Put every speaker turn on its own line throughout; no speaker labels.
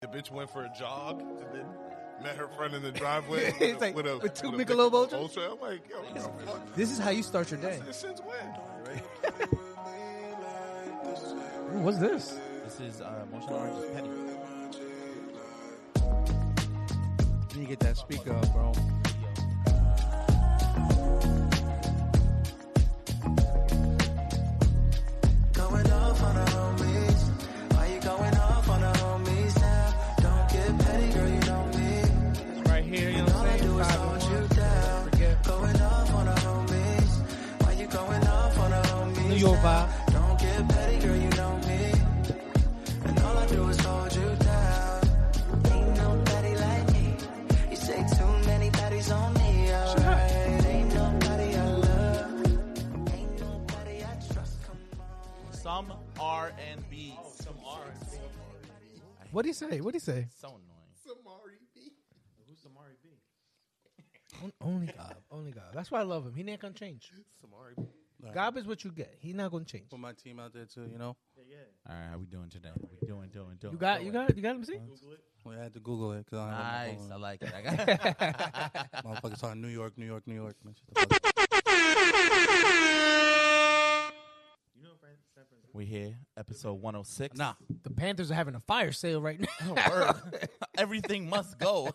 The bitch went for a jog and then met her friend in the driveway
It's
with, a-
like,
with a
with two
with a
Michelob
Michelob
Ultra?
Ultra. I'm like, yo, what the fuck?
This is how you start your day.
Since when?
Ooh, what's this?
This is uh, Motion Orange is Penny.
You need to get that speaker up, bro.
Going off on the homies. Why you going off on the homies now? Don't get petty, girl, you know me.
Right here, you
All
know what
I
I'm saying?
do is
Five.
hold you down. Going off on the homies. Why you going off on the homies?
New York
now?
vibe.
Don't get petty, girl, you know me. And all I do is hold you down. Ain't nobody like me. You say too many patties on me, alright. Ain't nobody I love. Ain't nobody I trust. Come on.
Some R and B. Some R.
What'd he say? What'd he say?
So annoying. Who's Samari B?
On- Only God. Only God. That's why I love him. He ain't gonna change. God is what you get. He not gonna change.
Put my team out there too, you know.
All right, how we doing today? We doing, doing, doing.
You got, you got, you got him. See,
Well, I had to Google it because I
Nice,
don't
I
know.
like it. I got it.
Motherfuckers talking New York, New York, New York. Man, shut the fuck up.
we here, episode 106.
nah,
the Panthers are having a fire sale right now.
Word. Everything must go.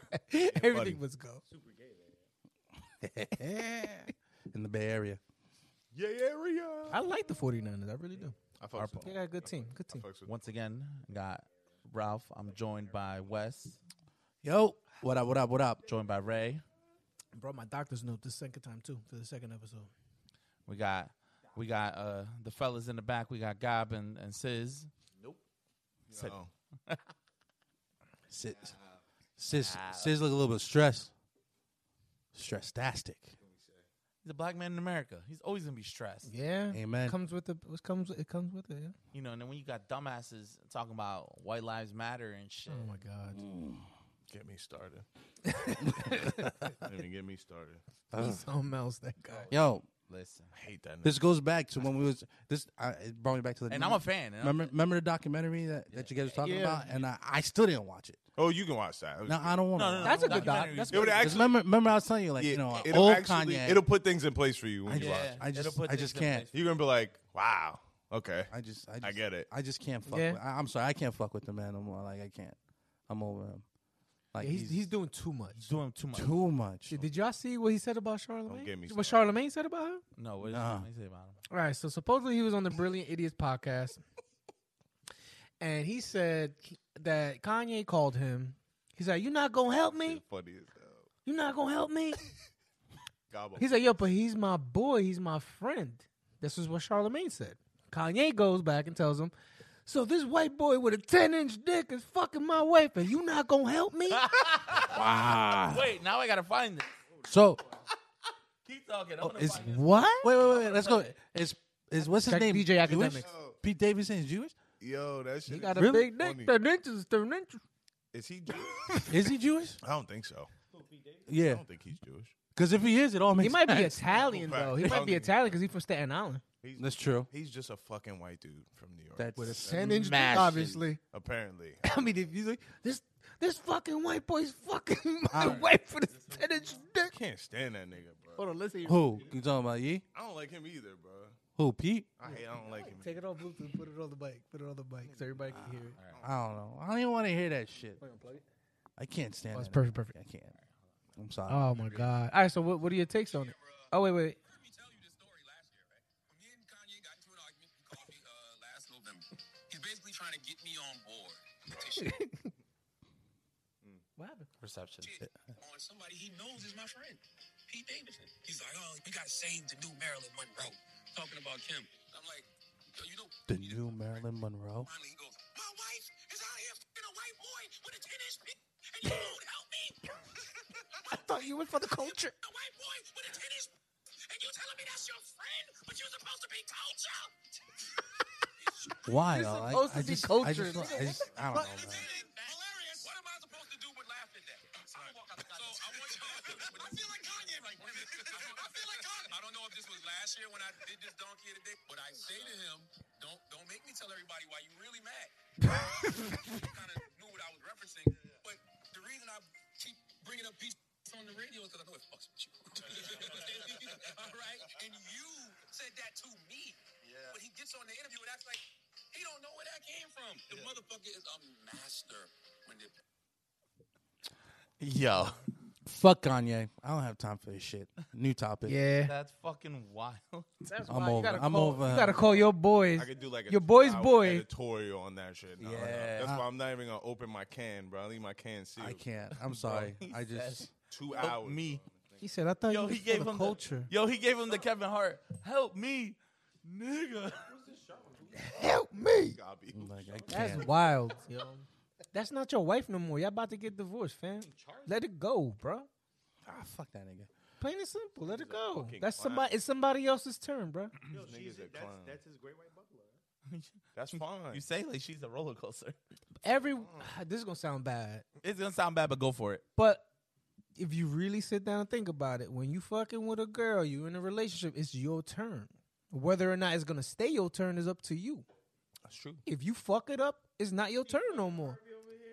Everything was go.
in the Bay Area.
Yeah, area.
I like the 49ers. I really do.
I fucks with
They
him.
got a good team. Good team.
Fucks with
Once again, got Ralph. I'm joined by Wes,
Yo, what up? What up? What up?
joined by Ray.
Brought my doctor's note the second time too for the second episode.
We got we got uh the fellas in the back. We got Gob and, and Sizz. Said-
Uh-oh.
Sis, sis, sis look a little bit stressed. Stressed-astic.
He's a black man in America. He's always gonna be stressed.
Yeah.
Amen.
Comes with the it comes it comes with it. Yeah.
You know, and then when you got dumbasses talking about white lives matter and shit.
Oh my god.
Mm. Get me started. Don't Even get me started.
Something else that guy.
Yo,
Listen.
I hate that.
this goes back to when we was this. I, it brought me back to the.
And I'm a fan. And I'm-
Remember, remember the documentary that, that you guys were talking
Yeah.
about, and I, I still didn't watch it.
oh, you can watch that.
No, I don't want
no,
to.
no, no.
That's a good doc.
documentary
That's
is
It would
good.
actually,
remember, remember, I was telling you, like
yeah,
you know,
it'll
old
actually,
Kanye.
It'll put things in place for you when you watch.
Yeah.
I just-
It'll put
I
things
just
in
can't.
place.
You're gonna be like, wow, okay,
I just, I just,
I get it.
I just can't fuck.
Yeah.
With, I, I'm sorry, I can't fuck with the man no more. Like I can't. I'm over him.
Oh,
Like
Yeah, he's, he's doing too much.
He's doing too much.
too much.
Did y'all see what he said about Charlemagne?
get me
what
started.
Charlemagne said about him?
No, what is
Nah.
what do you say about him?
All right, so supposedly he was on the Brilliant Idiots podcast, and he said that Kanye called him. He's like, "You not gonna help me?
Funny as hell.
You not gonna help me?"
Gobble.
He's like, "Yo, but he's my boy. He's my friend." This is what Charlemagne said. Kanye goes back and tells him, "So this white boy with a ten inch dick is fucking my wife, and you not gonna help me?"
Wait, now I gotta find this.
So
Keep talking. I'm
oh,
gonna
it's
find this.
what? Wait, wait, wait. Let's go. It's is what's his
Check
name?
DJ
Jewish?
Academics.
Pete Davidson is Jewish.
Yo, that shit.
he
is
got a
really
big dick,
funny.
ten inches, ten inches.
Is he? Jewish?
Is he Jewish?
I don't think so. I
Yeah.
don't think he's Jewish.
Because if he is, it all
He
makes.
might be
sense.
Italian
Fact.
though. He might be
Kanye.
Italian because he's from Staten Island.
He's
That's true.
he's just a fucking white dude from New York.
That's
with a
that's
ten inch dick,
massive.
obviously.
apparently.
I mean, if you like this, this fucking white boy's fucking my wife with his ten inch dick.
I can't stand that nigga, bro.
Hold on, listen.
Who you talking about? Ye?
I don't like him either, bro.
Who? Pete?
I hate. I don't like him.
Take it off Bluetooth. Put it on the mic. Put it on the mic so everybody can hear it.
I don't know. I don't even want to hear that shit.
it.
I can't stand.
Oh, it's
that.
perfect, perfect.
I can't. I'm sorry.
Oh my god! All right, so what, what are your takes on it? Oh wait, wait.
Uh, heard me tell you this story last year, right? When me and Kanye got into an argument, he called me uh, last November. He's basically trying to get me on board with this shit.
What happened?
Perception.
on somebody he knows is my friend, Pete Davidson. He's like, oh, we gotta save the new Marilyn Monroe. Talking about Kim. I'm like, yo, you know,
The new Marilyn Monroe.
finally he goes, my wife is out here fucking a white boy with a 10 inch dick, and you won't help me.
I thought you went for the culture.
a white boy with a 10 inch and you telling me that's your friend, but you're supposed to be culture.
Why?
You're
though? I-
supposed
I
to be
just- I
cultured.
just, don't- I just- I don't know.
It's
Man.
hilarious. What am I supposed to do but laugh at that? So I want y'all. I feel like Kanye right now. I feel like Kanye. I don't know if this was last year when I did this donkey of the day, but I say to him, "Don't don't make me tell everybody why you really mad." kind of knew what I was referencing
Yo,
Fuck Kanye. I don't have time for this shit. New topic.
Yeah.
that's fucking wild.
That's
I'm
why you
over-
gotta
I'm
call,
over
You
her.
gotta call your boys.
I could do like a
Your boy's
two-hour
boy.
editorial on that shit. Nah, nah, nah.
Yeah.
that's why I'm not even gonna open my can, bro. I leave my can sealed.
I can't. I'm sorry. I just.
Two
Help
hours.
me.
He said, "I thought
Yo,
you
he
was
gave
for the
him
culture."
The, yo, he gave him the Kevin Hart. Help me, nigga.
Help me.
bro. I'll be-
Like, I
That's
can't.
wild, yo. That's not your wife no more. Y'all about to get divorced, fam. Let it go, bro.
Ah, fuck that nigga.
Plain and simple. Let it go.
fucking
That's
clown.
somebody. It's somebody else's turn, bro.
Yo,
These
she's
niggas a
that's,
clown.
that's his great white buffalo.
That's fine.
You say like she's a roller coaster.
Every this is gonna sound bad,
It's gonna sound bad, but go for it.
but if you really sit down and think about it, when you fucking with a girl, you in a relationship, it's your turn. Whether or not it's gonna stay your turn is up to you.
That's true.
If you fuck it up, it's not your turn no more.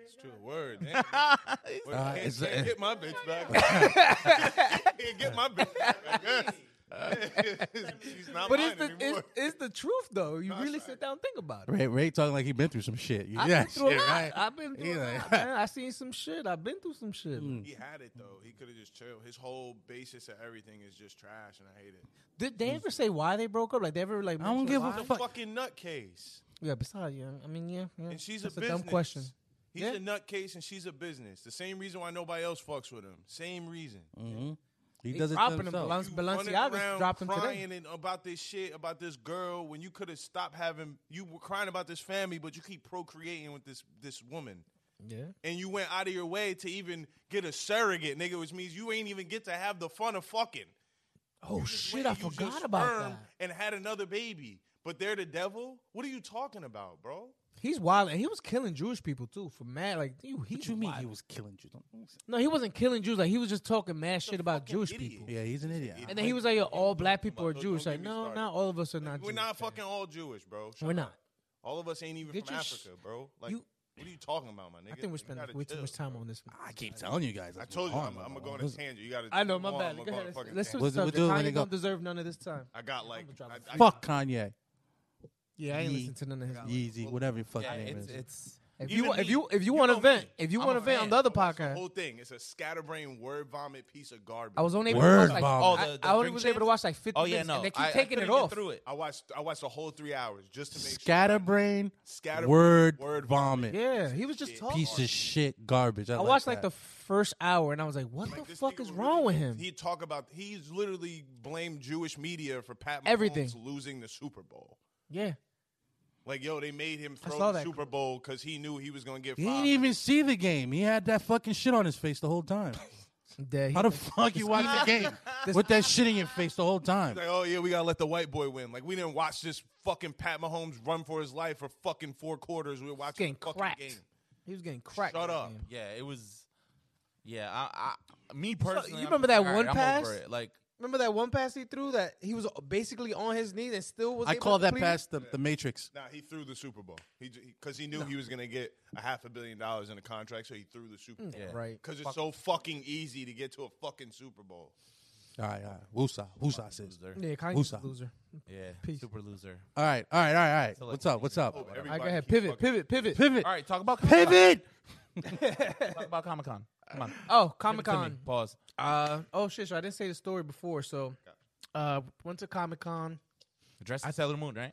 That's true. Word. Damn. Word. Can't-
it's-
can't
uh,
get my bitch back. can't get my bitch back. I guess. She's not
But
mine
it's the it's,
anymore.
it's the truth though. You
Nah,
really
sorry.
sit down and think about it.
Ray, Ray talking like he been through some shit.
I've
yeah,
been through
shit,
a lot.
right?
I've been through
He's
a
like-
lot, man. I seen some shit. I've been through some shit.
Mm.
he had it though. He could have just chilled. His whole basis of everything is just trash, and I hate it.
Did they ever say why they broke up? Like they ever like
I don't
mention
give a
why?
fuck.
Fucking nutcase.
Yeah, besides, yeah. I mean, yeah, yeah.
And she's
That's
a business.
dumb question.
He's
Yeah.
a nutcase, and she's a business. The same reason why nobody else fucks with him. Same reason.
hmm He
They
does it to
dropping him,
himself.
Blanc-
You running
Mm. Balenciaga's
around
dropped him
crying
today.
and about this shit about this girl when you could have stopped having you were crying about this family but you keep procreating with this this woman
Yeah.
and you went out of your way to even get a surrogate nigga which means you ain't even get to have the fun of fucking
Oh shit! I
You just
forgot about
spermed
that.
and had another baby but they're the devil what are you talking about bro
He's wild, and he was killing Jewish people too for mad. Like you, he.
What you mean he
wild.
was killing you? Don't-
No, he wasn't killing Jews. Like he was just talking mad shit about
fucking
Jewish
idiot.
people.
Yeah, he's an idiot.
And then he was like, "Yo, "All black people are
Don't-
Jewish."
don't
Like,
get me
no,
started.
not all of us are not.
we're
Jewish,
not
man.
fucking all Jewish bro Shut
We're
up.
not.
all of us ain't even
Get
from
your sh-
Africa bro like
you-
what are you talking about my nigga
I think we're
You
spending
gotta
way too
chill,
much
bro.
time on this. one.
I keep telling you guys.
I told you, I'm, I'm gonna go on a tangent. You gotta.
I know, my
go on,
bad.
I'ma go
Go
on
ahead.
a fucking tangent.
Let's switch
What's it-
subject.
what's it when
Kanye
they go-
don't deserve none of this time.
I got like.
I'ma drop
I,
a
I,
Fuck Kanye,
Yeah, I ain't
Ye-
listening to none of his.
Yeezy, whatever your fucking
Yeah,
name
it's,
is.
it's
Even
If you, if
me.
you if you
You
want to
know
vent,
me.
if you
I'm
want
a
to vent on
fan.
the other
the
podcast,
whole thing. It's a scatterbrain word vomit piece of garbage.
I was only able
Word
to watch like
vomit.
Oh,
I-
the- the
I only
drink
was able to
champs?
watch like 50
oh yeah
minutes,
no.
and they keep
I- I
taking
couldn't
it
get
off.
Through it.
I watched. I watched the whole three hours just to make
Scatterbrain,
Scatterbrain,
word,
word
vomit,
Yeah, he was just talking.
piece of shit, garbage. I,
I watched like
that.
the first hour, and I was like, "What
sure. Like,
the
this
fuck
nigga
is
really
wrong with
did-
him?"
He talk about. He's literally blamed Jewish media for Pat Mahomes
Everything.
losing the Super Bowl.
yeah,
Like yo, they made him throw
saw
the
that.
Super Bowl because he knew he was gonna get.
He didn't
fired.
even see the game. He had that fucking shit on his face the whole time.
Dad, he-
How the fuck you watch the game with that shit in your face the whole time?
Like, oh yeah, we gotta let the white boy win. Like we didn't watch this fucking Pat Mahomes run for his life for fucking four quarters. We were watching
getting
the fucking
cracked.
game.
He was getting cracked.
Shut
that
up.
game.
Yeah, it was. Yeah, I, I me personally,
you
I'm
remember
just
that
like,
one
"Alright, I'm over
pass?
it." Like,
Remember that one pass he threw that he was basically on his knees and still was.
I
able
call
to
that
complete it?
pass the, the Matrix.
Nah, he threw the Super Bowl. He because he knew he was gonna get a half a billion dollars in a contract, so he threw the Super Bowl.
yeah.
Mm. Right.
Because it's so fucking easy to get to a fucking Super Bowl.
All right, all right. Wusa, Wusa says.
Loser.
Yeah, Kanye's
Who's
a
up?
loser.
Yeah,
Peace.
super loser.
All right, all right, all right, all right.
like, oh,
What's up? What's up?
All right,
Everybody
go ahead.
keep
Pivot,
fucking-
pivot, pivot,
Pivot.
All right, talk about Comic-Con.
Pivot.
Talk about Comic Con. Come on,
Oh, Comic
Give it to me.
Con.
Pause.
Uh, oh shit! So I didn't say the story before. So, uh, went to Comic Con.
Dress as Sailor Moon, right?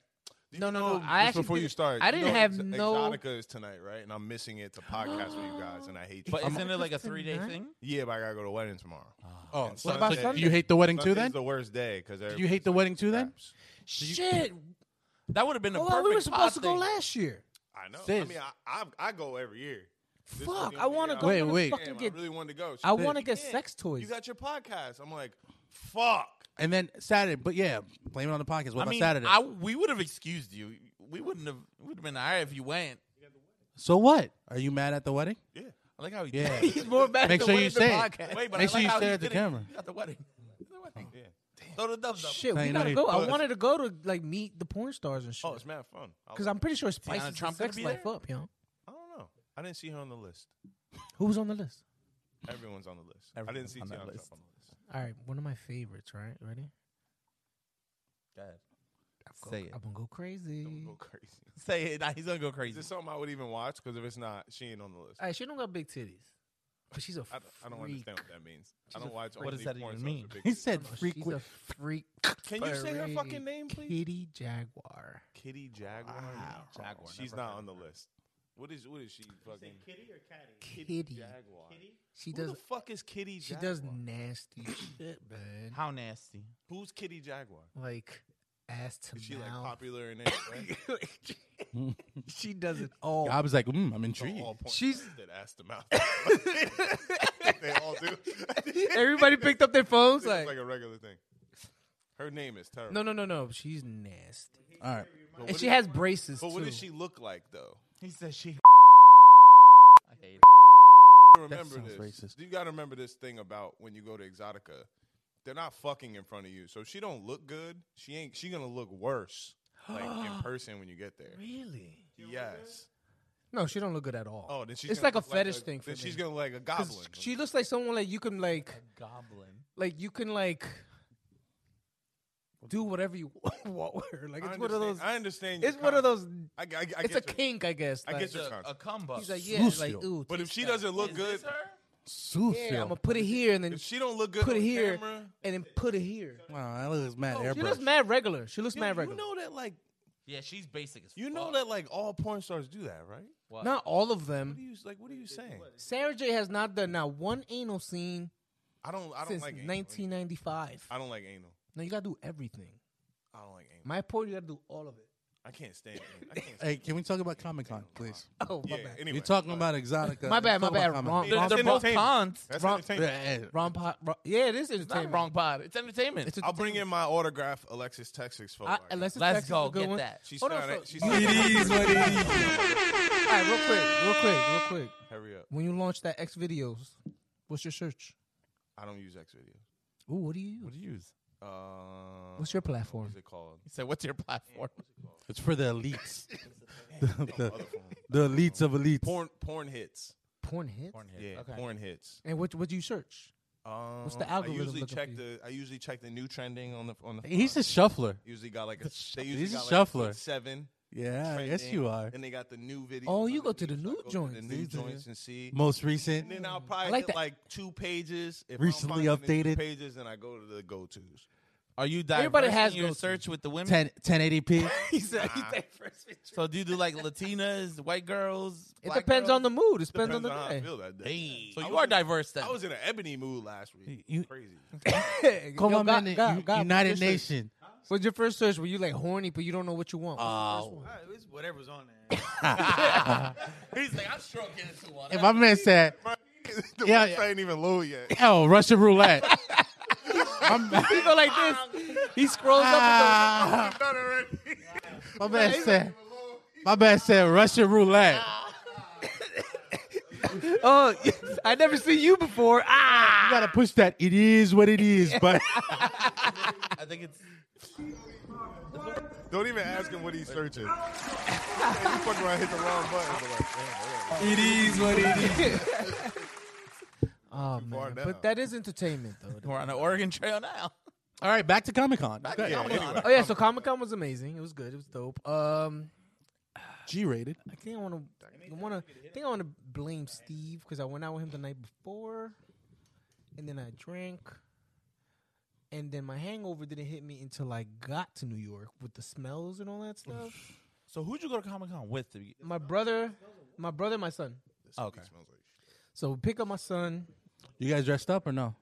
Do you
No, no, no,
know-
I
just
actually
before you
didn't-
start,
I
you
didn't
know
have
Ex-
no-
Exotica is tonight, right? And I'm missing it to podcast with you guys, and I hate you.
But
I'm-
isn't it like a
It's a
three day
night.
thing?
yeah, but I gotta go to the wedding tomorrow.
Oh,
And
so-
about
so
Sunday?
you hate the wedding too?
Sunday's
Then
the worst day because
you hate the wedding too? Then
Shit!
That would have been the
Oh,
perfect.
we were supposed
pod
to go
thing.
last year.
I know. I
Sis.
mean, I, I I go every year. This was
Fuck!
the
I
only
want to
year
go.
Wait,
to the
wait.
Fucking
Damn,
get
I really wanted to go. She
I
said,
wanna
"You
get
can't.
sex toys."
You got your podcast. I'm like, fuck.
and then Saturday. But yeah, blame it on the podcast. What
I
about
mean,
Saturday?
I, we would have excused you. We wouldn't have. Would have been all right if you went.
So what? Are you mad at the wedding?
Yeah.
I like how he.
Yeah.
did it.
He's more bad.
Make
the
sure
way
you
the
say it.
podcast.
Wait, but
Make
I
sure
like
you
how
stare
he
at the
did it.
camera.
He Got the wedding. The wedding. Throw the doves up.
Shit,
Now
we
you know
gotta
you
go. I
pussy.
wanted to go to like meet the porn stars and shit.
Oh, it's mad fun. I,
Because I'm pretty sure Spice
Trump gonna
sex
be
life
there?
up, yo.
I don't know. I didn't see her on the list.
Who was on the list?
Everyone's on the list. I didn't
Everyone's
see
on
Tiana
that
Trump
list.
on the list.
All right, one of my favorites. Right, ready?
Go ahead.
Go-
Say it.
I'm gonna go crazy.
Don't go crazy.
Say it. Nah, he's gonna go
Is
crazy.
this something I would even watch? Because if it's not, she ain't on the list.
All right, she don't got big titties. But she's a
I, don't- I don't understand what that means. I don't watch.
what does
overly
that
porn, so it's
even
a
mean?
big deal.
freak.
He said freak
She's a
with
freak.
Can you say her
Freak
fucking name, please?
Kitty Jaguar.
Kitty Jaguar.
Wow.
Jaguar,
She's
never
not
heard
on the list. What is what is she fucking?
Kitty or Catty?
Kitty.
Jaguar.
She
Who
does.
the fuck is Kitty
She
Jaguar?
does nasty shit, man.
How nasty.
Who's Kitty Jaguar?
Like ass to
Is she like
mouth.
popular in it? Right?
she does it all.
I was like, mm, I'm
So
intrigued.
all porn
She's-
stars that ass to mouth. they all do.
Everybody picked up their phones.
It's like,
Like,
a regular thing. Her name is terrible.
no, no, no, no. She's nasty,
All right.
But
and
what
she
is-
has braces
But what
too.
does she look like though?
He said she. I hate it.
remember this.
sounds racist.
You got to remember this thing about when you go to Exotica. They're not fucking in front of you, so if she don't look good. She ain't. She gonna look worse, like in person when you get there.
Really?
Yes.
No, she don't look good at all.
Oh, then she's.
It's
gonna
like a
look
fetish thing for
then
me.
she's gonna look like a
'Cause
goblin.
she looks like someone like you can like
Goblin.
like you can like do whatever you want with her. Like
I
it's one of
understand-
those.
I understand. your
It's one of those.
concept. I, I, I
It's a
get your-
kink, I guess.
I
like-
get your
A,
concept.
cum bust.
He's like, yeah, it's like
Sucio.
ooh.
But if
taste
she
that.
doesn't look
Is
good,
this her?
Sucio.
yeah, I'm gonna put it here and then
if she don't look good
put
on
it here
camera,
and then put it here.
wow, that looks mad airbrush.
She looks Oh, mad regular. She looks
Yo,
mad
you
regular.
know that like
Yeah, she's basic as
you
fuck.
know that like all porn stars do that, right?
What?
Not all of
What are
them.
you like? What are you saying?
Sarah J has not done not one anal scene
I don't. I don't
since
like anal.
1995.
I don't like anal.
No, you gotta do everything.
I don't like anal.
My porn, you gotta do all of it.
I can't stand. Anal. I can't.
Hey, can we talk about Comic Con, please?
Oh my
yeah.
bad.
Anyway,
You're talking about Exotica.
My bad, my
Let's talk about
bad.
Comic-Con.
Wrong,
That's
wrong,
They're both
entertainment.
cons.
That's
wrong-
entertainment.
Yeah, yeah.
wrong, po- wrong- Yeah, it is
It's not
entertainment.
wrong pod. It's entertainment.
It's
I'll bring in my autograph Alexis Texas photo.
I,
I
unless
got.
it's Texas,
Let's go
a good
get
one.
that.
she's
Hold on,
not.
so-
a- She's
It
not.
is what it is.
All right, real quick, real quick, real quick.
Hurry up!
When you launch that X videos, what's your search?
I don't use X videos.
Ooh, what do you use?
do you use?
Uh,
What's your
what
platform?
is it called?
He said, what's your platform?
It's for the elites. the,
Other
the,
phone.
the elites of elites.
Porn, porn hits.
Porn hit.
Yeah,
Okay.
porn hits.
And what what do you search?
Um,
the algorithm
I usually
looking
check
for
the. I usually check the new trending on the on the.
He's a shuffler.
usually got like a. They usually
He's a
got like
shuffler.
seven.
Yeah, yes
trending,
you are.
And they got the new video.
Oh, you go to the new
The
joints.
new
These are-
joints and see.
Most recent.
And then I'll probably
I
like
like
hit
that.
like two pages. If I don't
Recently
find the new
updated.
pages, and I go to the go tos.
Are you
Everybody
diverting
has
your
go-to.
search with the women?
10, 1080p.
He said he said first picture.
So do you do like Latinas, white girls?
It
black
depends
girls?
on the mood. It depends,
Depends
on the
how I
day.
feel that day.
Hey, so
I
you
was
are
in-
diverse then.
I was in an ebony mood last week.
You-
Crazy.
Come
Yo,
on,
God-
man.
God-
U-
God,
United
what's your search?
Nation.
What's your first search? Were you like horny, but you don't know what you want?
Uh,
What's your first one?
Alright, it's whatever's on there.
He's like, I'm sure I'll get into one.
And my man said,
the
Yeah,
website
yeah.
ain't even low yet.
"Hell, Russian roulette." I'm,
He go like this. He scrolls up
Ah,
Not already.
my man said, "My man said Russian roulette."
and goes, "Oh, I never seen you before." Ah,
You gotta push that. It is what it is, but
I think it's
Don't even ask him what he's searching. Hey, you fuck around, hit the wrong button. Like, damn,
it is what it is.
oh
far
man,
down.
but that is entertainment though.
we're on an Oregon Trail now.
All right, back to Comic Con.
all right. yeah, anyway.
Oh yeah, so Comic Con was amazing. It was good. It was dope. Um,
G-rated.
I think I want to. want to. I think I want to blame Steve because I went out with him the night before, and then I drank, and then my hangover didn't hit me until I got to New York with the smells and all that stuff.
So who'd you go to Comic Con with?
my brother, my brother, and my son.
Okay.
Smells like shit.
So we pick up my son.
You guys dressed up or no?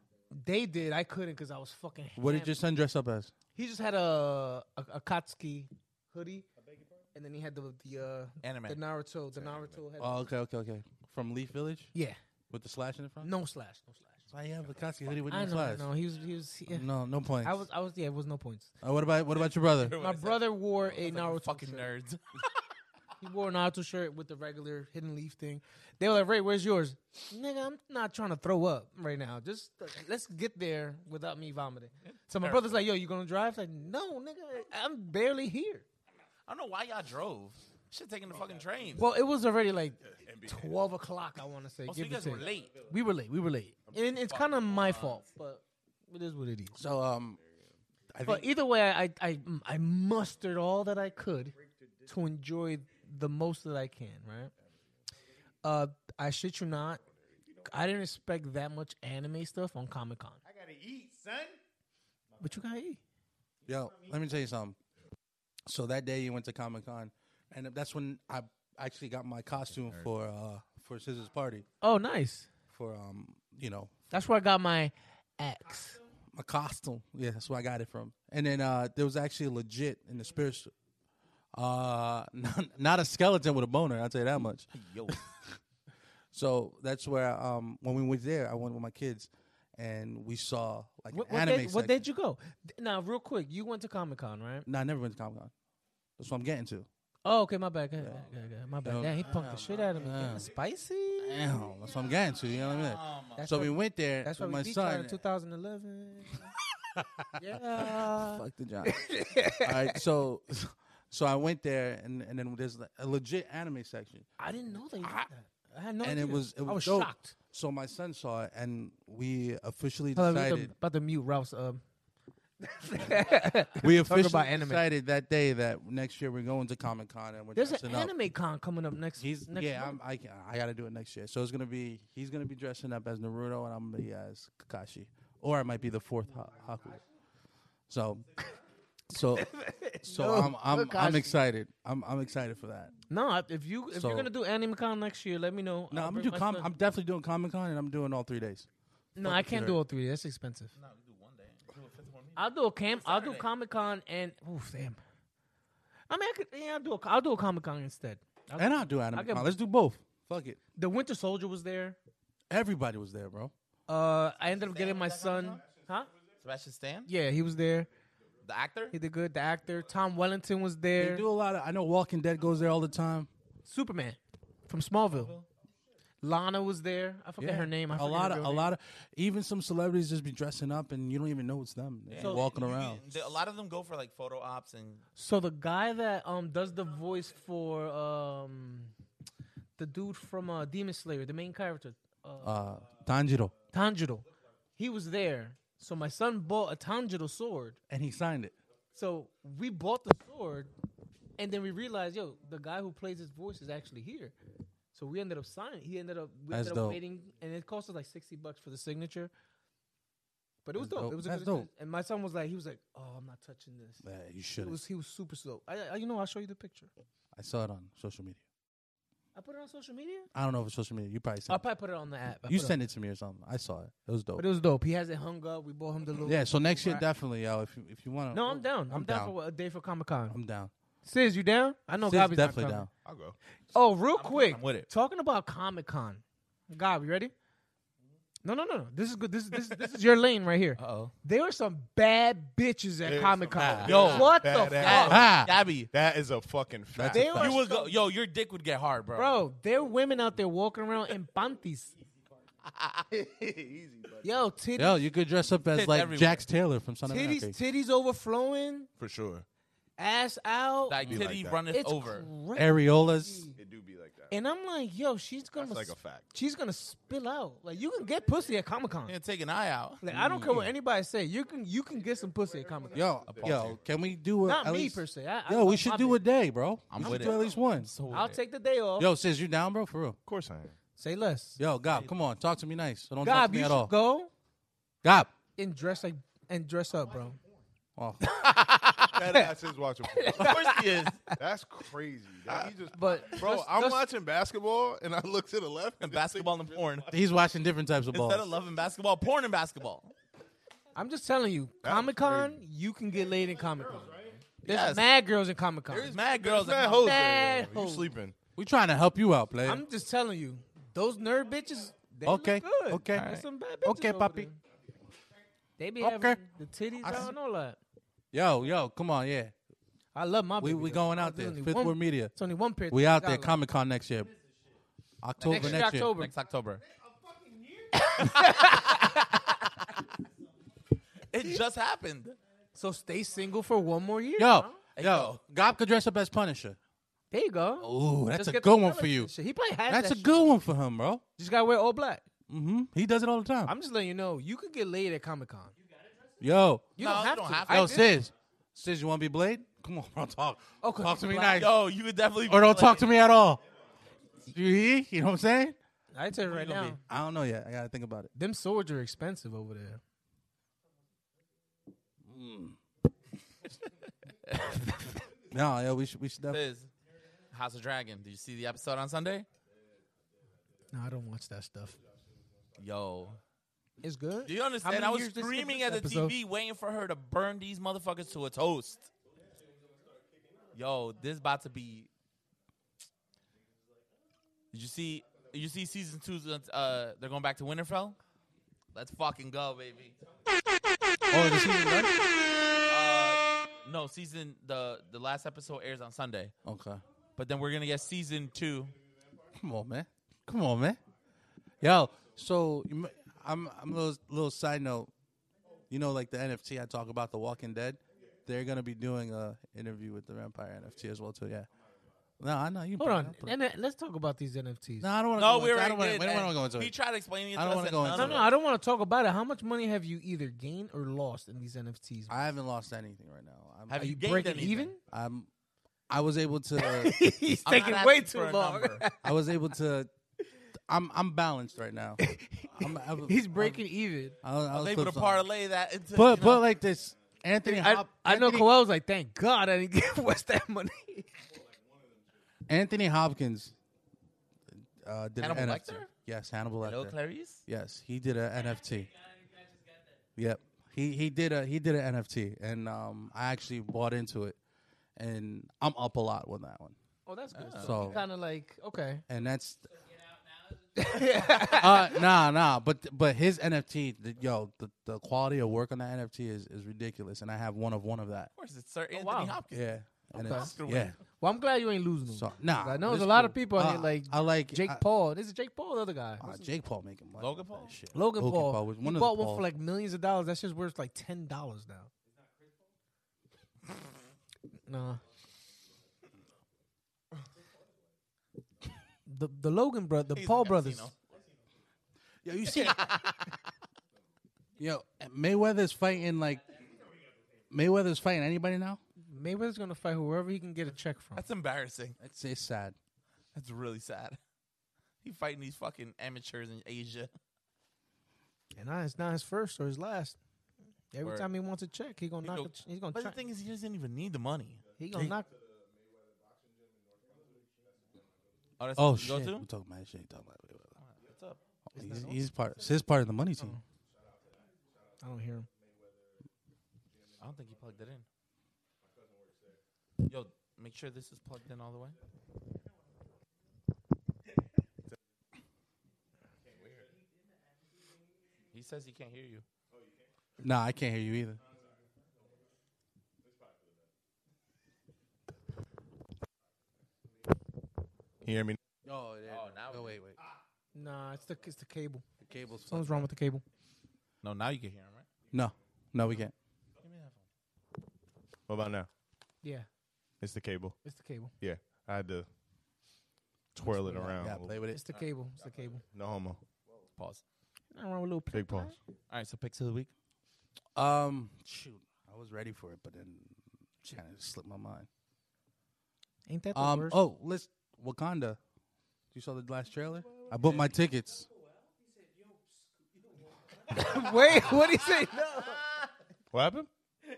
They did. I couldn't because I was fucking.
What did
hammered.
your son dress up as?
He just had a a, a Katsuki hoodie, and then he had the the uh,
Anime.
the Naruto the Naruto head.
Oh, okay, okay, okay. From Leaf Village
yeah,
with the slash in the front.
no slash, no slash.
Why you have a Kotsky hoodie with
I
no
know, I
slash?
know. He was he was. Yeah.
No, no points.
I was I was yeah. It was no points.
Uh, what about what about your brother?
My brother wore a
Like
Naruto
fucking
shirt.
nerds.
He wore an Naruto shirt with the regular hidden leaf thing. They were like, "Ray, where's yours?" Nigga, I'm not trying to throw up right now. Just uh, let's get there without me vomiting. So my brother's like, "Yo, you gonna drive?" It's like, no, nigga, I'm barely here.
I don't know why y'all drove. Should have taken the fucking train.
Well, it was already like twelve o'clock. I want to say.
Oh, so
give
you
or
guys were
take.
late.
We were late. We were late, and it's kind of my fault, but it is what it is.
So um, I
But
think
either way, I I I mustered all that I could to enjoy the most that I can. Right. Uh, I shit you not. I didn't expect that much anime stuff on Comic Con.
I gotta eat, son.
But you got E.
Yo, let me tell you something. So that day you went to Comic Con, and that's when I actually got my costume for uh for Scissor's party
Oh, nice.
for um you know
That's where I got my X.
my costume. Yeah, that's where I got it from. And then uh there was actually legit in the spiritual. Uh, not, not a skeleton with a boner. I'll tell you that much.
Yo.
So that's where um when we went there, I went with my kids, and we saw like
What,
an
what,
anime.
day, what
section.
day'd you go? Th- Now, real quick, you went to Comic Con, right?
No, I never went to Comic Con. That's what I'm getting to.
Oh, okay, my bad. Go ahead, go ahead, go ahead. My bad.
No.
Damn, he punked the shit out of me.
Yeah.
Spicy.
Damn, that's what I'm getting to. You know what I mean?
That's
so
what-
we went there.
That's
with
why
my
we beat y'all
son.
in 2011. yeah.
Fuck the job. All right, so so I went there, and and then there's a legit anime section,
I didn't know they did that. I had no
and
idea.
it was it was,
I was
dope.
shocked.
So my son saw it, and we officially
Hold on, we about
decided
to- about to mute Ralph's. Um,
we
talking
officially
about anime.
decided that day that next year we're going to Comic Con and we're
there's an
dressing up.
anime con coming up next.
He's
next
yeah,
month.
I'm, I can, I got to do it next year. So it's gonna be he's gonna be dressing up as Naruto and I'm gonna be as Kakashi, or I might be the fourth ha- Haku. So, so, so I'm I'm, I'm
Kakashi.
excited. I'm I'm excited for that.
No, I- if you if
So-
you're gonna do anime con next year, let me know.
No,
I'll
I'm
bring
gonna do
my
com-
son.
I'm definitely doing Comic Con and I'm doing all three days.
no, I can't
fucking
do
nerd.
all three. That's expensive.
No, we do one day. Do a fifth one.
I'll do a cam. I'll do Comic Con and oof, damn. I mean, I could. Yeah, I'll do. A, I'll do a Comic Con instead. I'll-
And I'll do anime.
I can-
Con. Let's do both. Fuck it.
the Winter Soldier was there.
Everybody was there, bro.
Uh, I ended up getting my son. Huh?
Sebastian Stan,
Yeah, he was there.
the actor.
He did good. The actor Tom Wellington was
They
there.
do a lot of. I know Walking Dead goes there all the time.
Superman from Smallville. Lana was there. I forget
Yeah.
her name. I
a
forget
lot
her
of
real
a
name.
lot of even some celebrities just be dressing up and you don't even know it's them. They're
So-
walking around.
The- a lot of them go for like photo ops and
So the guy that um does the voice for um the dude from uh, Demon Slayer, the main character, uh,
Uh, Tanjiro,
Tanjiro, he was there. So my son bought a Tanjiro sword.
and he signed it.
So we bought the sword, and then we realized, yo, the guy who plays his voice is actually here. So we ended up signing. He ended up we
That's
ended up
dope.
waiting, and it cost us like sixty bucks for the signature. But it was
That's
dope.
dope.
It was a
That's
good
dope.
experience. And my son was like, he was like, "Oh, I'm not touching this."
Yeah, you
It
should.
was he was super slow. I, I you know I'll show you the picture.
I saw it on social media.
I put it on social media.
I don't know if it's social media. You probably
I'll
sent.
probably put it on the app. I
it. You
put it-
sent it to me or something. I saw it. It was dope.
but it was dope. He has it hung up. We bought him the little.
yeah. So next year, definitely, yo. If you, if you want to.
No, I'm down. I'm, down, for a day for Comic Con.
I'm down.
Sis, you down? I know
Sid's
Gabby's not
definitely
coming.
down.
I'll go.
Oh, real quick.
I'm with it.
Talking about Comic Con. Gab, you ready? No, no, no, no. This is good. This is this, is- this is your lane right here.
oh.
There were some bad bitches at
Uh, There's
Comic Con.
some
Yo.
what the
bad
fuck,
ass-
Ah.
Gabby,
That is a fucking fact.
They were
you would
some-
go. Yo, your dick would get hard, bro.
bro. There are women out there walking around in panties. Yo, titties,
Yo, you could dress up as
Tits
like
everywhere.
Jax Taylor from Son of
titties,
Anarchy.
titties overflowing,
for sure.
ass out.
Thy
Be like
titty
that.
runneth
it's
over.
crazy.
Areolas.
It do be like that.
And I'm like, yo, she's gonna
That's like a
s-
fact.
she's gonna spill out. Like you can get pussy at Comic Con.
You can take an eye out.
Like I don't care what anybody say. You can you can get some pussy at Comic Con.
Yo, yo, can we do a,
Not
at
me
least-
per se. I, I-
Yo, we
I'm-
should
I'm
do a
in.
day, bro.
I'm
we
with
should do
it.
at least one.
So
I'll
weird.
take the day off.
Yo, sis, you down, bro? For real.
Of course I am.
Say less.
Yo, Gob, come on, talk to me nice. So don't talk
Gob,
to me
you
at all.
should go
Gob.
and dress like and dress up, bro.
Oh,
That ass is watching.
Of course he is.
That's crazy. That- he just-
But
bro,
just-
I'm
just-
watching basketball and I look to the left
And basketball and porn.
he's watching different types of balls.
Instead of loving basketball, porn and basketball.
I'm just telling you,
That was
Comic Con,
crazy.
you can get laid in Comic Con. There's
Yes.
mad girls in Comic Con.
There's mad girls.
Mad
and-
hoes.
Mad
there, yo. You
hoes.
sleeping?
we trying to help you out, player.
I'm just telling you, those nerd bitches. They
Okay,
Look good.
okay.
There's some bad bitches.
Okay,
over
papi.
there. They be
Okay.
having the titties
I
out
see.
and all that.
Yo, yo, come on, yeah.
I love my.
We
baby
we
girl.
going out
There's
there.
only
Fifth
one-
Word Media.
It's only one pair. of
We
titties
out
I
there.
like.
Comic Con next year. October
Next
next,
year,
year.
October.
Next October. it just happened.
So stay single for one more year.
Yo,
huh?
yo, Gob could dress up as Punisher.
There you go.
Ooh, Oh, that's
Just
a
get
good
the
one
colours
for you.
and shit. He probably has
That's a
that shit.
good one for him, bro.
Just gotta wear all black.
hmm He does it all the time.
I'm just letting you know, you could get laid at Comic Con.
yo,
You
No,
don't
you
have
don't
to.
have to.
I
yo,
did-
sis, sis, you want to be Blade? Come on, bro, talk.
Okay.
talk to me
Black.
nice,
Yo, you would definitely.
or don't
be
talk
like-
to me at all. You hear? You know what I'm saying?
I tell you right now,
I don't know yet. I gotta think about it.
them swords are expensive over there.
No, yeah, we should we should definitely.
Fizz, House of Dragon. Did you see the episode on Sunday?
No, I don't watch that stuff.
Yo,
It's good.
do you understand?
many
I was
years they skip
screaming
this
at the
episode?
TV, waiting for her to burn these motherfuckers to a toast. Yo, this about to be. Did you see? You see season two's Uh, they're going back to Winterfell. Let's fucking go, baby.
Oh, the season one?
Uh, no, season the the last episode airs on Sunday,
Okay.
but then we're gonna get season two.
Come on, man. Come on, man. Yo, so you m- I'm I'm a little little side note. You know, like the NFT I talk about, The Walking Dead. They're gonna be doing a interview with the Vampire NFT as well too. Yeah. No, I know you.
Hold
put it
on,
up, put it up.
and uh, let's talk about these NFTs.
No, I don't want to.
No,
go
we
into, I
already
don't wanna-
did
We don't
that.
want to go into
He
it.
tried explaining it.
I don't
want
wanna
to
go
us, and
into
no,
none
no,
of
I don't want to talk about it. How much money have you either gained or lost in these NFTs?
I haven't lost anything right now. I'm,
Have
I,
you gained
breaking
anything?
even?
I'm. I was able to.
He's
I'm not
taking
asking
way
for
too
a
long.
number.
I was able to. I'm I'm balanced right now. I'm, I'm,
He's breaking even.
I was, I
I was
was
able to
flip-flopping.
parlay that into.
Put
you
put
know,
like this, Anthony.
I,
Hop-
I know
Anthony-
Kawhi was like, "Thank God I didn't give West that money."
Anthony Hopkins uh, did
Hannibal
an NFT.
Lecter?
Yes, Hannibal
Hello,
Lecter.
Clarice.
Yes, he did an NFT. Yep, he he did a he did an NFT, and um, I actually bought into it, and I'm up a lot with that one.
Oh, that's good.
So-
so kind of like okay,
And that's uh, nah nah, but but his NFT, the, yo, the, the quality of work on that NFT is is ridiculous, and I have one of one of that.
Of course, it's Sir Anthony
wow.
Hopkins.
Yeah, and it's,
Okay.
yeah.
well, I'm glad you ain't losing. them.
So nah,
I know there's
it's
a lot of
cool.
people on
Uh,
here like
I like
Jake
I-
Paul. This is Jake Paul, the other guy.
Uh, Jake Paul making money.
Logan
off that
Paul?
shit.
Logan, Paul.
was
he
one of
bought
the
one for
Pauls.
like millions of dollars. That shit's worth like ten dollars now. Nah. The the Logan brother, the
He's
Paul
a
brothers.
casino.
Yo, you see? Yo, Mayweather's fighting like Mayweather's fighting anybody now.
Mayweather's gonna fight whoever he can get a check from.
That's embarrassing.
It's, it's sad.
That's really sad. He fighting these fucking amateurs in Asia.
and I, it's not his first or his last. Every
Word.
time he wants a check, he gonna knock.
go-
a ch- he's gonna.
But
try-
the thing is, he doesn't even need the money.
he gonna knock.
Oh, that's
Oh
what you
shit,
Go
we're
to?
talking about shit. Talking about Mayweather.
What's up?
He's, he's part. He's part of the money
Oh.
team.
I don't hear him.
I don't think he plugged it in. Yo, make sure this is plugged in all the way. He says he can't hear you.
Nah, I can't hear you either.
You hear me?
Oh, yeah.
Oh, now we-
wait, wait.
Nah, it's the it's the cable.
The cable's
Something's wrong with the cable.
No, now you can hear him, right?
No, no, we can't.
Give me that phone.
What about now?
Yeah,
It's the cable.
it's the cable.
Yeah, I had to twirl it around.
Yeah,
a
play
little.
with
It's
it.
the cable. It's the cable.
No homo.
Pause.
Nothing wrong with a little
Big
play-
pause.
All right, so picks of the week.
Um, shoot, I was ready for it, but then kind of slipped my mind.
Ain't that the
Um.
worst?
Oh, let's Wakanda. You saw the last trailer? I bought my tickets.
Wait, what did he say?
What happened?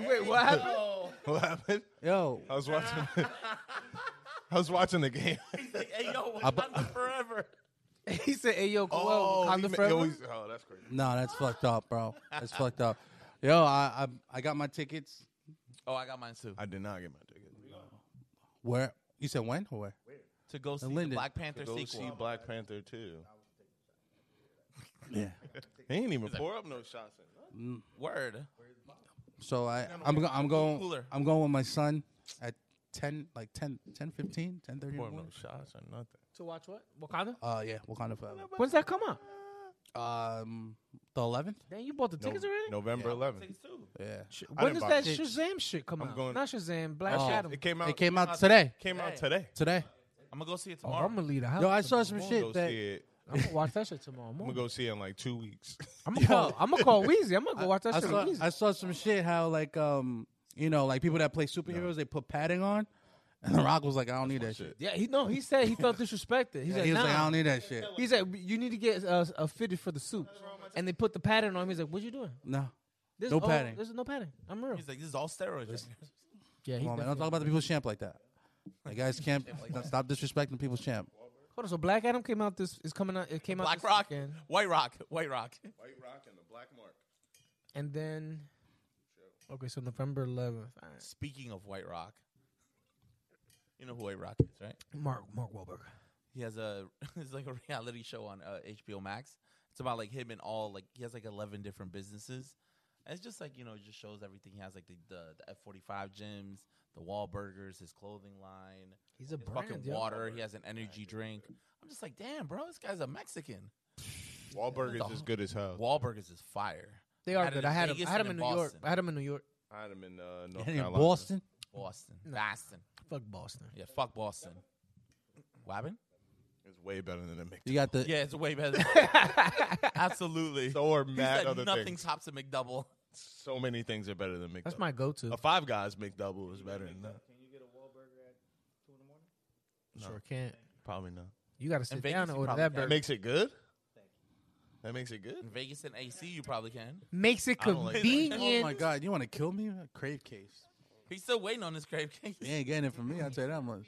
No. Wait, what happened?
What happened?
Yo,
I was watching. I was watching the game.
hey, yo, forever.
he said, "Hey
Oh.
yo, Kawhi, Wakanda
he ma-
forever."
yo, he's- oh, that's crazy.
no, that's fucked up, bro. That's fucked up. Yo, I, I I got my tickets.
Oh, I got mine too.
I did not get my ticket.
Where you said when or where?
To go see the
Linden.
Black Panther
Go
sequel.
see Black Panther too.
Yeah.
He ain't even pour up no shots. in.
Word.
So I I'm go, I'm going
Cooler.
I'm going with my son at ten like 10, 10 15, 10 30 in the
Pour up no
morning.
shots or nothing.
to watch what? Wakanda?
Uh yeah, Wakanda forever.
When's that come out?
Um, the eleventh.
Then you bought the tickets already?
November 11th.
Yeah.
Sh-
I
When
didn't
does
buy
that
tickets.
Shazam shit come
I'm
out?
going-
Not Shazam, Black
Oh.
Adam.
It came out.
It came out today.
came out
Today.
today.
Today.
I'm gonna go see it
Oh,
tomorrow.
I'm gonna leave the house.
Yo, I saw some
tomorrow.
I'm gonna
shit
go
that.
see it.
I'm gonna watch that shit tomorrow
I'm gonna
morning.
go see it in like two weeks.
I'm gonna call. I'm gonna call Weezy. I'm gonna go watch that
I
shit.
saw,
with Weezy.
I saw some shit how like um you know like people that play superheroes they put padding on And The Rock was like, I don't need that shit.
Yeah, he no, he said he felt disrespected. He
Yeah,
said,
he was like, I
"Nah."
don't need that shit.
He said, "You need to get uh, a fitted for the suit." And they put the pattern on him. He's like, "What you doing?
No.
There's
No padding.
There's no padding. I'm real."
He's like, this is all steroids.
yeah, he
Come on, man. Don't talk about the people's champ like that. That guy's champ. Stop disrespecting people's champ.
Hold on, so Black Adam came out this is coming out. It came out
Black
this
Rock,
weekend,
White Rock, White Rock.
White Rock and the Black Mark.
and then okay, so November 11th. All right.
Speaking of White Rock, you know who White Rock is, right?
Mark Mark Wahlberg.
He has a it's like a reality show on uh, HBO Max. It's about like him and all like he has like eleven different businesses. And it's just like you know, it just shows everything. He has like the the, the F forty five gyms, the Wahlburgers, his clothing line,
He's a
his
brand,
fucking
yo.
water. He has an energy drink. I'm just like, damn, bro, this guy's a Mexican.
Wahlberg is
The-
as good as hell.
Wahlburgers is fire.
They are
Out of
good.
the
I had him.
Vegas
I had
and
him in New
in
York.
Boston.
I had him in New York.
I had him in uh, North
And in
Carolina.
Boston,
Boston, Boston.
Fuck Boston.
Yeah, fuck Boston. Wabbin?
It's way better than the McDouble.
you got the
Yeah, it's way better. Absolutely.
So are
He
mad
said
other
nothing
things.
tops a McDouble.
So many things are better than McDouble.
That's my go-to.
A Five Guys McDouble is better than that.
Sure can't.
Probably not.
You got to sit
Vegas,
down and
you
order
probably
that
can.
That
burger.
makes it good. That makes it good.
In Vegas and AC, you probably can.
makes it
don't like that.
convenient.
Oh my god, you want to kill me? A crave case.
He's still waiting on his crave cake.
You ain't getting it from me. I'll tell you that much.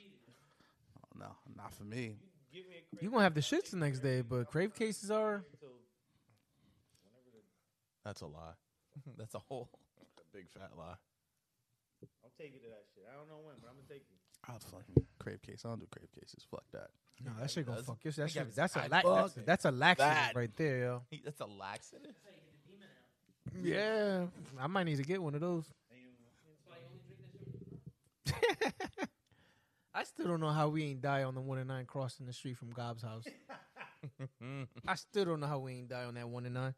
Oh, no, not for me.
You gonna have the shits the next day, but crave cases are.
That's a lie.
That's a whole.
A big fat lie.
I'm taking to that shit. I don't know when, but I'm gonna take it.
I'll fucking crave case. I don't do crave cases. Fuck that.
No, that shit gonna
does.
fuck your. That
That gotta be
shit, that's a
some
lax.
fuck.
That's, that's a laxative
That.
right there, yo.
He- That's a laxative.
Yeah, I might need to get one of those. I still don't know how we ain't die on the one and nine crossing the street from Gob's house. I still don't know how we ain't die on that one and nine.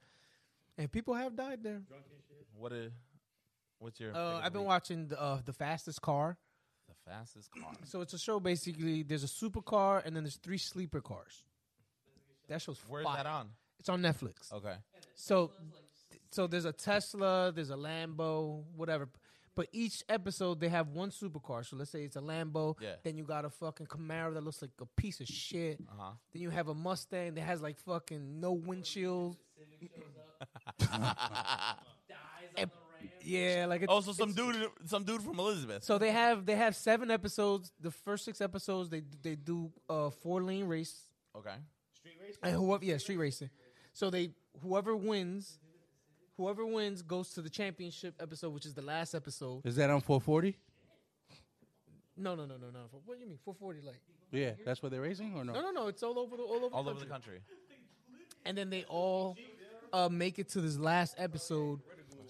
And people have died there.
What a. What's your?
Uh,
pick
I've been
of the week?
watching the, uh, the fastest car.
the fastest car.
So it's a show basically. There's a supercar and then there's three sleeper cars. That show's
Where's
fire.
that on?
It's on Netflix.
Okay.
So, so there's a Tesla, there's a Lambo, whatever. But each episode they have one supercar. So let's say it's a Lambo.
Yeah.
Then you got a fucking Camaro that looks like a piece of shit.
Uh huh.
Then you have a Mustang that has like fucking no windshield. And- yeah, like it's,
Also, Oh, some
it's-
dude, some dude from Elizabeth.
So they have they have seven episodes. The first six episodes they they do uh four lane race
okay.
and whoever yeah street racing. So they whoever wins, whoever wins goes to the championship episode, which is the last episode.
Is that on 440?
No, no, no, no, no. What do you mean? 440 like?
Yeah, that's what they're racing or
No, no, no. It's all over the all over,
All
the,
over the
country.
country.
And then they all uh, make it to this last episode,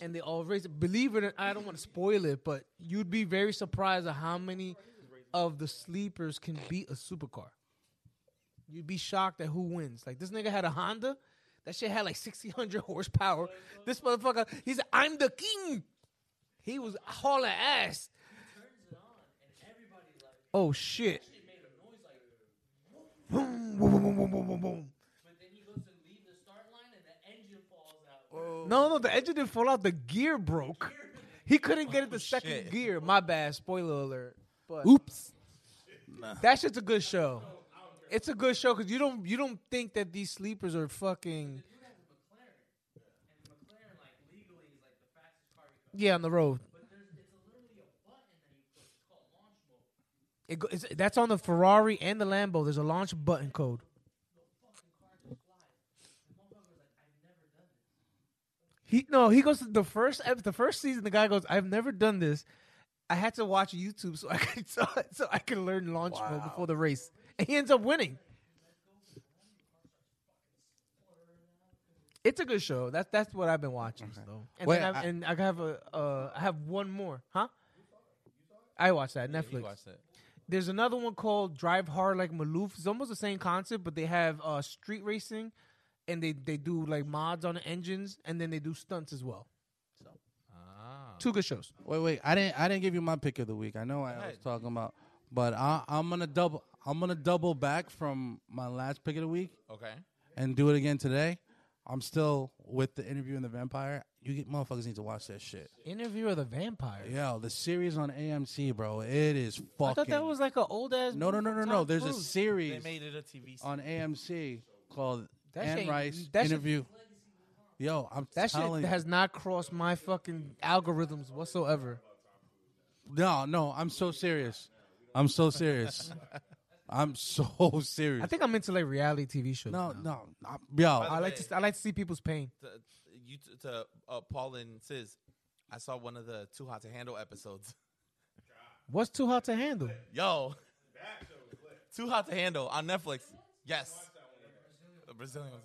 and they all race. Believe it, or I don't want to spoil it, but you'd be very surprised at how many of the sleepers can beat a supercar. You'd be shocked at who wins. Like this nigga had a Honda. That shit had like 1600 horsepower. This motherfucker, he's I'm the king. He was hauling ass. Oh shit. Boom, boom, boom, boom, boom, boom, boom, boom. No, no, the engine didn't fall out. The gear broke. He couldn't get it the second
shit.
gear. My bad. Spoiler alert. But Oops. That shit's a good show. It's a good show because you don't you don't think that these sleepers are fucking. Yeah, on the road. It go, it's, that's on the Ferrari and the Lambo. There's a launch button code. He no, he goes to the first ep- the first season. The guy goes, "I've never done this. I had to watch YouTube so I could so, so I could learn launch mode before the race." And he ends up winning. It's a good show. That's that's what I've been watching. So. And
Wait,
then I,
I-
and I have a uh, I have one more, huh? I watched that
You
Netflix.
watched it.
There's another one called Drive Hard Like Maloof. It's almost the same concept, but they have uh, street racing, and they they do like mods on the engines, and then they do stunts as well.
Ah.
Two good shows.
Wait, wait. I didn't I didn't give you my pick of the week. I know I was talking about, but I I'm going to double I'm going to double back from my last pick of the week
Okay.
and do it again today. I'm still with the interview in the vampire. you get motherfuckers need to watch that shit.
Interview of the Vampire.
Yo, the series on AMC, bro, it is fucking.
I thought that was like an old ass.
no, no,
movie
no, no,
with
no.
Tom
There's a
Cruise.
They
series
made it a TV.
Uh,
on AMC called
That
Anne
shit-
Rice
that shit-
interview. Yo, I'm
That
telling
shit
you.
has not crossed my fucking algorithms whatsoever.
No, no, I'm so serious. I'm so serious. I'm so serious.
I think I'm into like reality TV shows.
no,
now.
no, I'm- yo,
I like to I like to see people's pain.
to, you t- to uh, Paul and Sis. I saw one of the Too Hot to Handle episodes.
What's too hot to handle?
Yo, Too Hot to Handle on Netflix. Yes, the Brazilian. ones.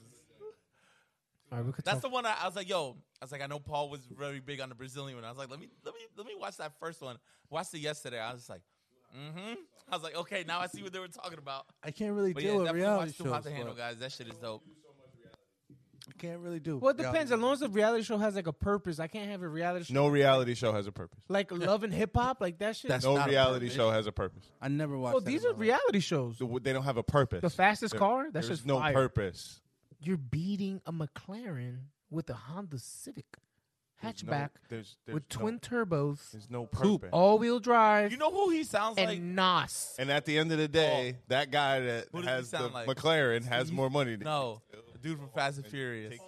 All right, we could
That's
talk.
the one I, I was like, yo. I was like, I know Paul was very big on the Brazilian one. I was like, let me let me let me watch that first one. Watched it yesterday. I was like, mm-hmm. I was like, okay, now I see what they were talking about.
I can't really
But
deal
yeah,
with
definitely
reality
watch Too
shows.
Hot to Handle,
but
guys. That shit is dope.
I can't really do.
well, it depends.
reality
As long as the reality show has like a purpose, I can't have a reality show
No reality show has a purpose.
like Love and Hip Hop, like that shit.
That's-
No
not a
reality
purpose.
show has a purpose.
I never watched.
well,
that
these
in
are
my life.
reality shows.
The- They don't have a purpose.
The fastest
There-
car? That's
there's
just
no
fire.
purpose.
You're beating a McLaren with a Honda Civic
There's no-
hatchback
there's- there's
with
no-
twin turbos,
There's no
Poop
purpose.
all-wheel drive,
You know who he sounds like?
and Nas.
And at the end of the day, that guy that
Who Oh. does he
has the
sound like?
McLaren has more money. Than
No, the dude from Fast and Furious.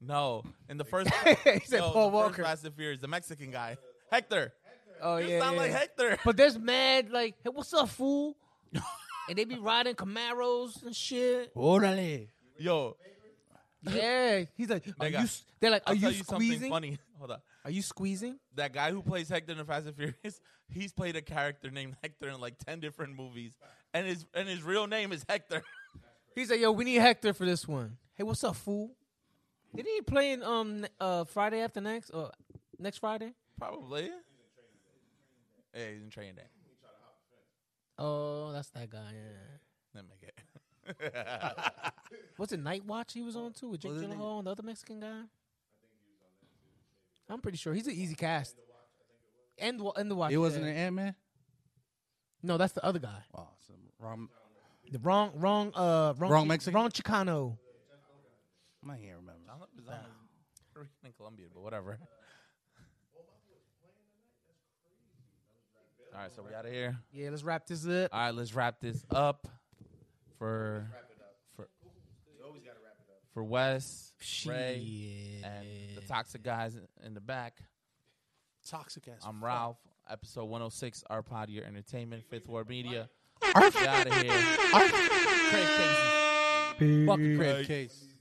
No, in the first,
He said
no,
Paul
the first
Walker.
Fast and Furious, the Mexican guy, Hector.
Oh
you
yeah,
sound
yeah.
like Hector.
But there's mad like, hey, what's up, fool? and they be riding Camaros and shit.
Orale.
Yo,
Yeah, he's like, are
Nigga,
you? s- They're like, are
I'll
you
tell you something
squeezing?
funny. Hold on,
Are you squeezing?
that guy who plays Hector in the Fast and Furious, he's played a character named Hector in like ten different movies, and his and his real name is Hector.
He's like, yo, we need Hector for this one. Hey, what's up, fool? Didn't he play in um uh Friday after next or next Friday?
Probably. Yeah, he's in training day.
Oh, that's that guy. Yeah.
Let me get.
Was it Night Watch he was on too with Jake
Wasn't it-
Gyllenhaal and the other Mexican guy? I'm pretty sure he's an easy cast. And wa- and the watch.
It wasn't
yeah.
an Ant Man.
No, that's the other guy.
Oh, it's a wrong.
The wrong, wrong, uh, wrong,
Wrong
Chi-
Mexican?
wrong Chicano.
I can't remember.
John
um,
Leguizamo is Puerto Rican and Colombian, but whatever. All right, so we out of here.
Yeah, let's wrap this up.
All right, let's wrap this up for for for Wes, Ray,
Shit.
and the toxic guys in- in the back.
Toxic ass.
I'm Ralph. Episode 106, Our Pod Your Entertainment, Fifth Ward Media. Get out of here. Craig Casey.
Fucking Craig Case.